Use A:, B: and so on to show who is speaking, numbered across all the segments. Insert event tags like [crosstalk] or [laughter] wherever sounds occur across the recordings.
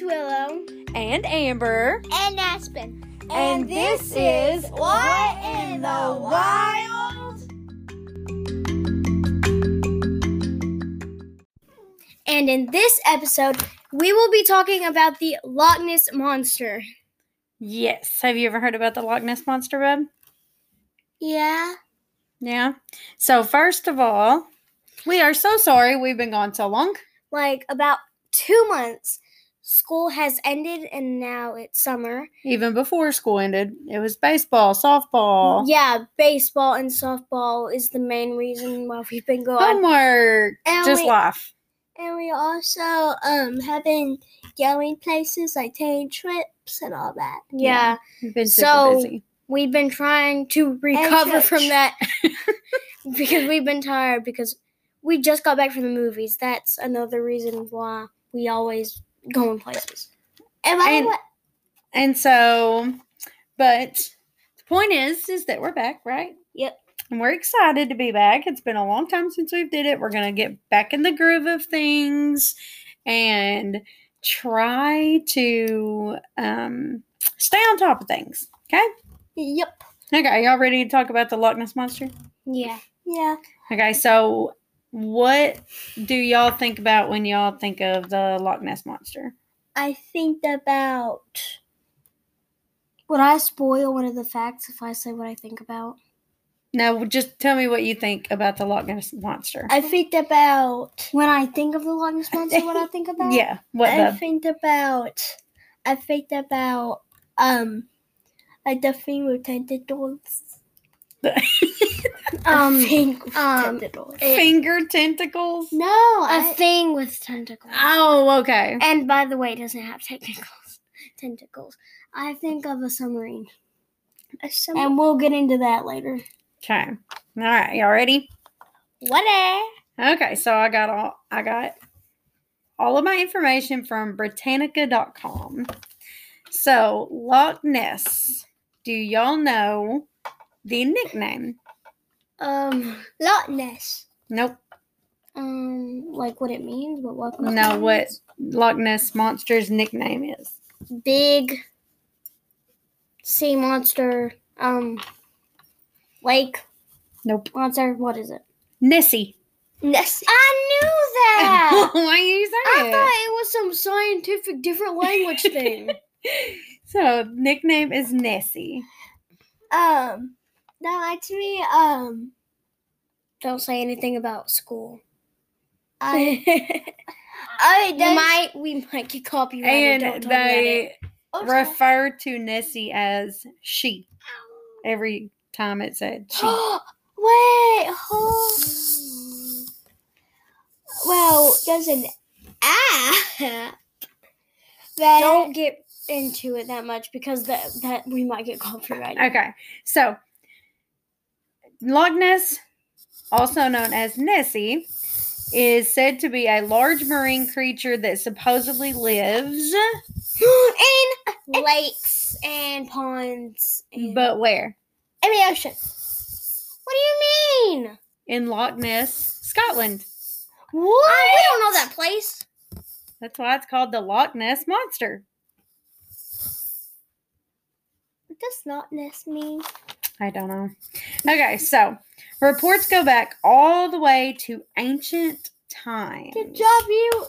A: Willow
B: and Amber.
A: and Aspen.
B: And this is What in the
A: Wild? And in this episode, we will be talking about the Loch Ness Monster.
B: Yes. Have you ever heard about the Loch Ness Monster, Bub?
A: Yeah.
B: Yeah. So, first of all, we are so sorry we've been gone so long.
A: Like about two months. School has ended and now it's summer.
B: Even before school ended, it was baseball, softball,
A: Yeah, baseball and softball is the main reason why we've been gone.
B: homework,
A: And
B: just
A: we-
B: life.
A: And we also um have been going places like taking trips and all that.
B: Yeah.
A: Yeah.
B: We've been super
A: So-
B: busy.
A: We've been trying to recover from [laughs]
B: church.
A: that because we've been tired because we just got back from the movies. That's another reason why we always go in places. And, by the
B: And-
A: way-
B: And so, but the point is, is that we're back, right?
A: Yep.
B: And we're excited to be back. It's been a long time since we've did it. We're gonna get back in the groove of things and try to um, stay on top of things. Okay.
A: yep.
B: Okay. Are y'all ready to talk about the Loch Ness monster?
A: Yeah. Yeah.
B: Okay. So, what do y'all think about when y'all think of the Loch Ness monster?
A: I think about. Would I spoil one of the facts if I say what I think about?
B: No, just tell me what you think about the Loch Ness monster.
A: I think about when I think of the longest monster. What I [laughs] think about?
B: yeah. What
A: I
B: the?
A: think about I think about um like the thing with
C: [laughs]
A: tentacles.
B: The-
A: um um
B: finger tentacles.
A: no Eh.
C: A
A: I,
C: thing with tentacles.
B: Oh, okay.
A: and by the way it doesn't have tentacles [laughs] tentacles. I think of a submarine.
C: A sub-
A: And we'll get into that later.
B: Okay. All right, y'all ready?
A: What a
B: Okay, so I got all I got all of my information from Britannica.com. So Loch Ness. Do y'all know the nickname?
A: um Loch Ness.
B: Nope.
A: Um like what it means, but what
B: No, what Loch Ness monster's nickname is?
A: big sea monster um lake
B: Nope.
A: monster what is it
B: Nessie.
A: Nessie. i knew that
B: [laughs] Why you
A: i
B: say
A: thought
B: it?
A: it was some scientific different language thing
B: So nickname is Nessie.
A: um that likes me um don't say anything about school [laughs]
C: I-
A: I
C: does-
A: might we might get copyrighted. don't
B: And
A: talk about
B: they
A: it. Oh, sorry.
B: refer to Nessie as she every time it said she.
A: [gasps] Wait, hold. Well, there's an app. That [laughs] Don't get into it that much because that that we might get copyrighted.
B: okay, so Loch Ness, also known as Nessie, is said to be a large marine creature that supposedly lives,
A: [gasps] in lakes and ponds. And,
B: but where?
A: in the ocean. What do you mean?
B: In Loch Ness, Scotland.
A: What? we don't know that place.
B: That's why it's called the Loch Ness Monster.
A: What does not nest mean?
B: I don't know. Okay, so reports go back all the way to ancient times.
A: Good job, you.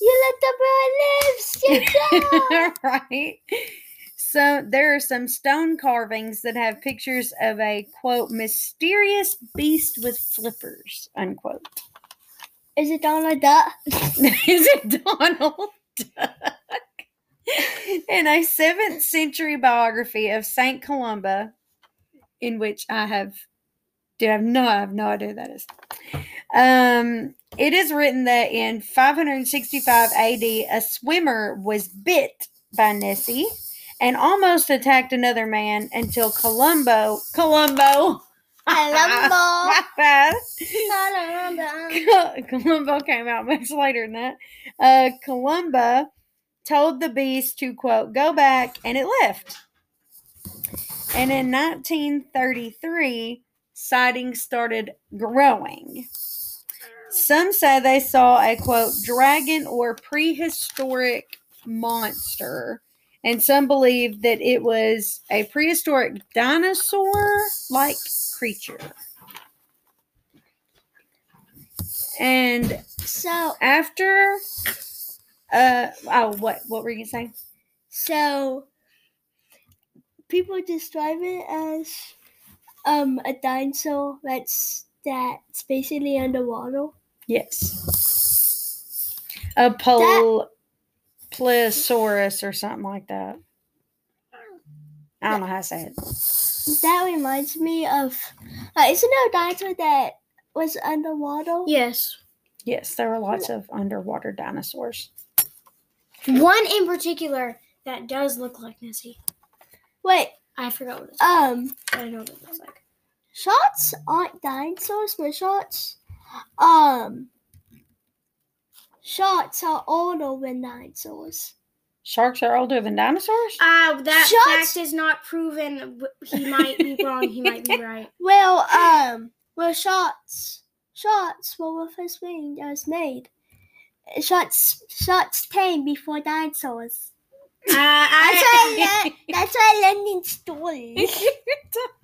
A: You let the bird lives. [laughs] Good job.
B: [laughs] right. So there are some stone carvings that have pictures of a quote mysterious beast with flippers unquote.
A: Is it Donald Duck?
B: [laughs] Is it Donald Duck? In a seventh century biography of Saint Columba, in which I have do have no I have no idea who that is. Um it is written that in 565 AD a swimmer was bit by Nessie and almost attacked another man until Columbo Columbo [laughs]
A: Columbo.
B: my bad.
A: Columbo.
B: Col- [laughs] Columbo came out much later than that. Uh, Columba told the beast to, quote, go back, and it left. And in 1933, sightings started growing. Some say they saw a, quote, dragon or prehistoric monster. And some believe that it was a prehistoric dinosaur like creature. And
A: So,
B: after uh oh what what were you saying
A: so people describe it as um a dinosaur that's that's basically underwater.
B: yes a pol- plesiosaurus or something like that i don't know how to say it
A: That reminds me of uh, isn't there a dinosaur that was underwater?
C: Yes.
B: yes there were lots of underwater dinosaurs
C: One in particular that does look like Nessie.
A: Wait,
C: I forgot what it's called.
A: um,
C: I know what it looks like.
A: sharks aren't dinosaurs, but sharks, um, sharks are older than dinosaurs.
B: sharks are older than dinosaurs [laughs]
C: Uh, that
A: Shucks.
C: fact is not proven. W- He might be wrong. He might [laughs] be right.
A: Well, um, well, sharks, sharks were the first thing that was made. Sharks, sharks came before dinosaurs.
C: Uh,
A: That's
C: I,
A: why, that's why learning story.
B: [laughs]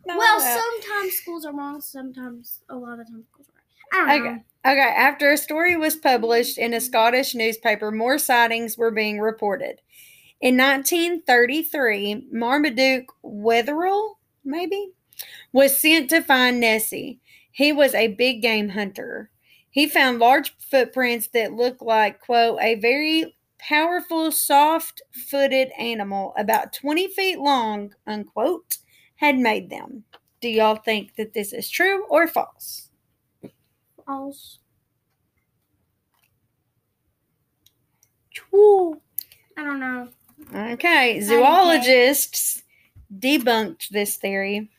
C: well, sometimes schools are wrong. Sometimes, a lot of times schools are right. I don't
B: Okay.
C: know.
B: Okay, after a story was published in a Scottish newspaper, more sightings were being reported. In 1933, Marmaduke Wetherill, maybe, was sent to find Nessie. He was a big game hunter. He found large footprints that looked like, quote, a very powerful, soft footed animal about 20 feet long, unquote, had made them. Do y'all think that this is true or false?
C: False.
A: True.
C: I don't know.
B: Okay, zoologists debunked this theory,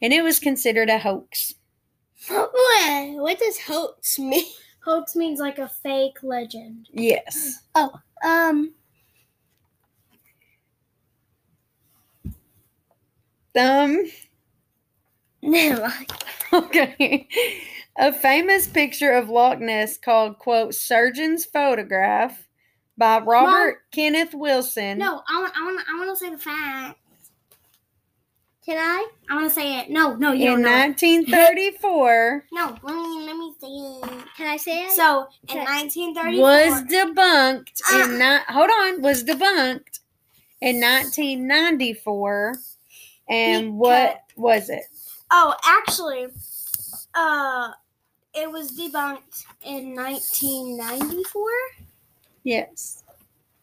B: and it was considered a hoax.
A: What, what does hoax mean?
C: Hoax means like a fake legend.
B: Yes.
A: Um,
B: Um. [laughs]
A: never mind.
B: Okay. A famous picture of Loch Ness called "quote Surgeon's Photograph" by Robert Kenneth Wilson.
C: No, I want. I want. I want to say the fact.
A: Can I?
C: I want to say it. No, no, you
B: In
C: don't know. it.
B: 1934,
C: No, let me let me say it.
A: Can I say it?
C: So in
A: Okay.
C: 1934,
B: was debunked in
C: Uh.
B: ni- hold on was debunked in 1994, and what was it?
C: oh, actually, uh, it was debunked in 1994.
B: Yes.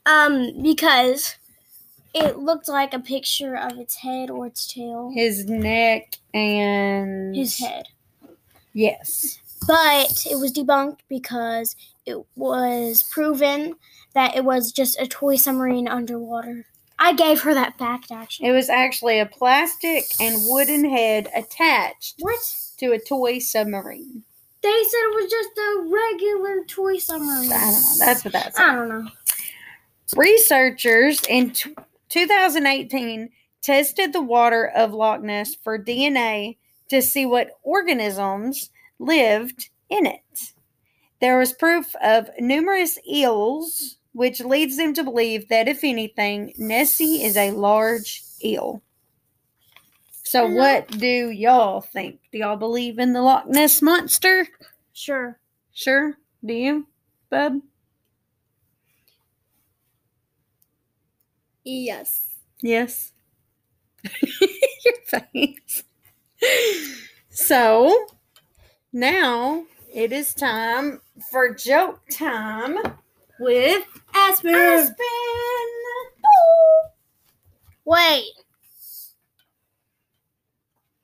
C: Um, because it looked like a picture of its head or its tail.
B: his neck and
C: His head.
B: Yes.
C: But it was debunked because it was proven that it was just a toy submarine underwater. I gave her that fact actually.
B: It was actually a plastic and wooden head attached
C: What?
B: to a toy submarine.
C: They said it was just a regular toy submarine.
B: I don't know. That's what that's.
C: I don't know.
B: Researchers in t- 2018 tested the water of Loch Ness for DNA to see what organisms lived in it. There was proof of numerous eels, which leads them to believe that, if anything, Nessie is a large eel. So,
C: Hello.
B: what do y'all think? Do y'all believe in the Loch Ness monster?
C: Sure.
B: Sure. Do you, bub?
A: Yes.
B: Yes. [laughs] Your face. So now it is time for joke time with
C: Aspen.
B: Aspen.
C: Wait.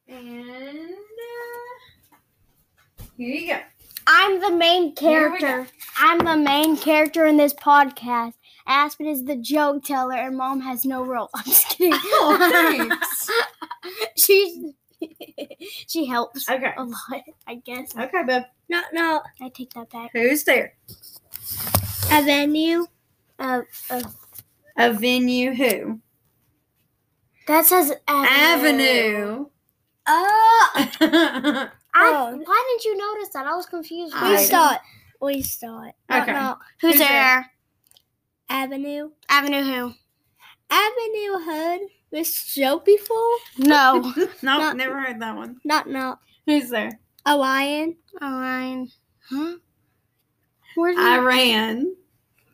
B: And uh, here you go.
C: I'm the main
B: Here we go.
C: character. I'm the main character in this podcast. Aspen is the joke teller, and Mom has no role. [laughs] I'm just kidding.
B: [laughs] Oh,
C: She's [laughs] she helps
B: [laughs] Okay.
C: a lot, I guess.
B: Okay, bub.
A: No, no.
C: I take that back.
B: Who's there?
A: A venue.
C: Uh,
B: A venue who?
C: that says
B: Avenue.
A: Oh,
B: [laughs]
C: I,
A: Oh.
C: Why didn't you notice that? I was confused.
B: I
A: we
B: don't-
A: start. We start. No,
B: Okay.
A: no.
C: Who's
B: there?
C: there?
A: Avenue.
C: Avenue who?
A: Avenue Hood was so beautiful.
B: [laughs]
C: No.
B: no,
A: Not-
B: never heard that one.
A: Not not
B: Who's there?
A: a lion.
C: Oh, Orion. Huh? Where did I,
B: Iran.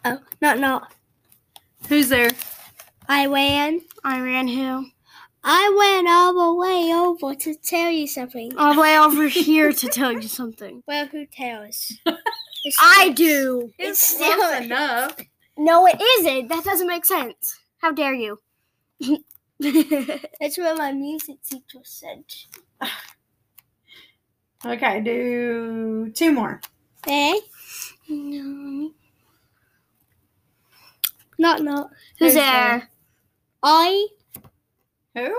A: Oh, not not
B: Who's there?
A: I ran.
C: ran who?
A: I went all the way over to tell you something.
C: All the way over here to tell you
B: [laughs]
C: something.
A: Well, who
C: [laughs]
A: tells? It's
C: I
A: not-
C: do.
A: It's
B: close
A: still-
B: enough.
C: No, it isn't. That doesn't make sense. How dare [laughs] you?
A: That's what my music teacher said.
B: Okay, do two more.
A: Eh? No. Not not.
B: Who's
C: Who's there?
A: I
B: Who?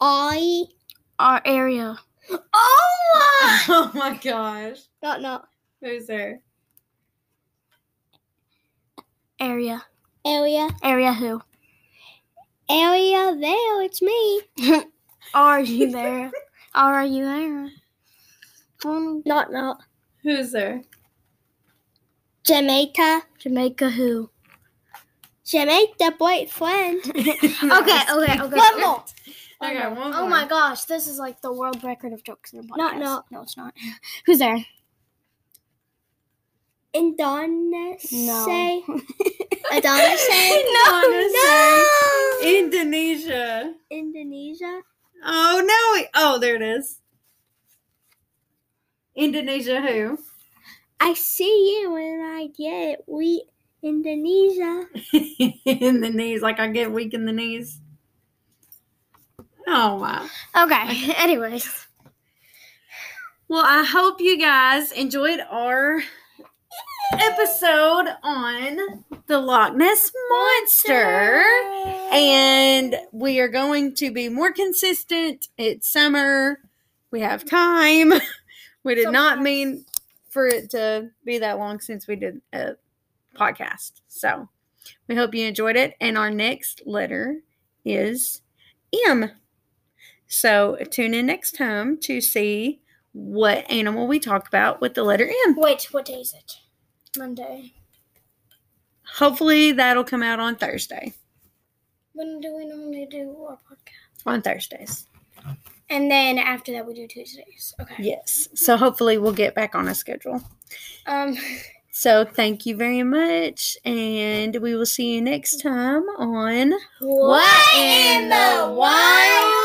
A: I
C: Our area. Ah.
A: Oh
B: [laughs] oh my gosh.
A: Not not
B: Who's there?
C: Area.
A: area.
C: Area who?
A: Area there, it's me.
C: Are you [laughs] there? Are you there? Um,
A: Not not.
B: Who's there?
A: Jamaica.
C: Jamaica who?
A: Jamaica
C: [laughs]
A: boyfriend.
C: Okay, okay, okay.
A: One
C: [laughs]
A: more.
B: Okay, one more.
C: Oh my gosh, this is like the world record of jokes in a podcast.
A: Not- no.
C: no, it's not. [laughs] Who's there?
A: Adonis.
C: No. [laughs]
A: Adonis.
B: Indonesia.
A: No.
B: Indonesia.
A: Indonesia.
B: Oh no! it- Oh, there it is. Indonesia. Who? [laughs]
A: I see you and I get it. We Indonesia.
B: in the knees, like I get weak in the knees. Oh wow.
C: Okay, [laughs] anyways.
B: Well, I hope you guys enjoyed our episode on the Loch Ness Monster. And we are going to be more consistent. It's summer. We have time. [laughs] We did not mean for it to be that long since we did a podcast. So we hope you enjoyed it. And our next letter is M. So tune in next time to see what animal we talked about with the letter M.
C: Wait, what day is it? Monday.
B: Hopefully that'll come out on Thursday.
C: When do we normally do our podcast?
B: On Thursdays.
C: And then after that, we do Tuesdays. Okay.
B: Yes. So hopefully we'll get back on a schedule.
C: Um.
B: So thank you very much. And we will see you next time on
C: What in the wild?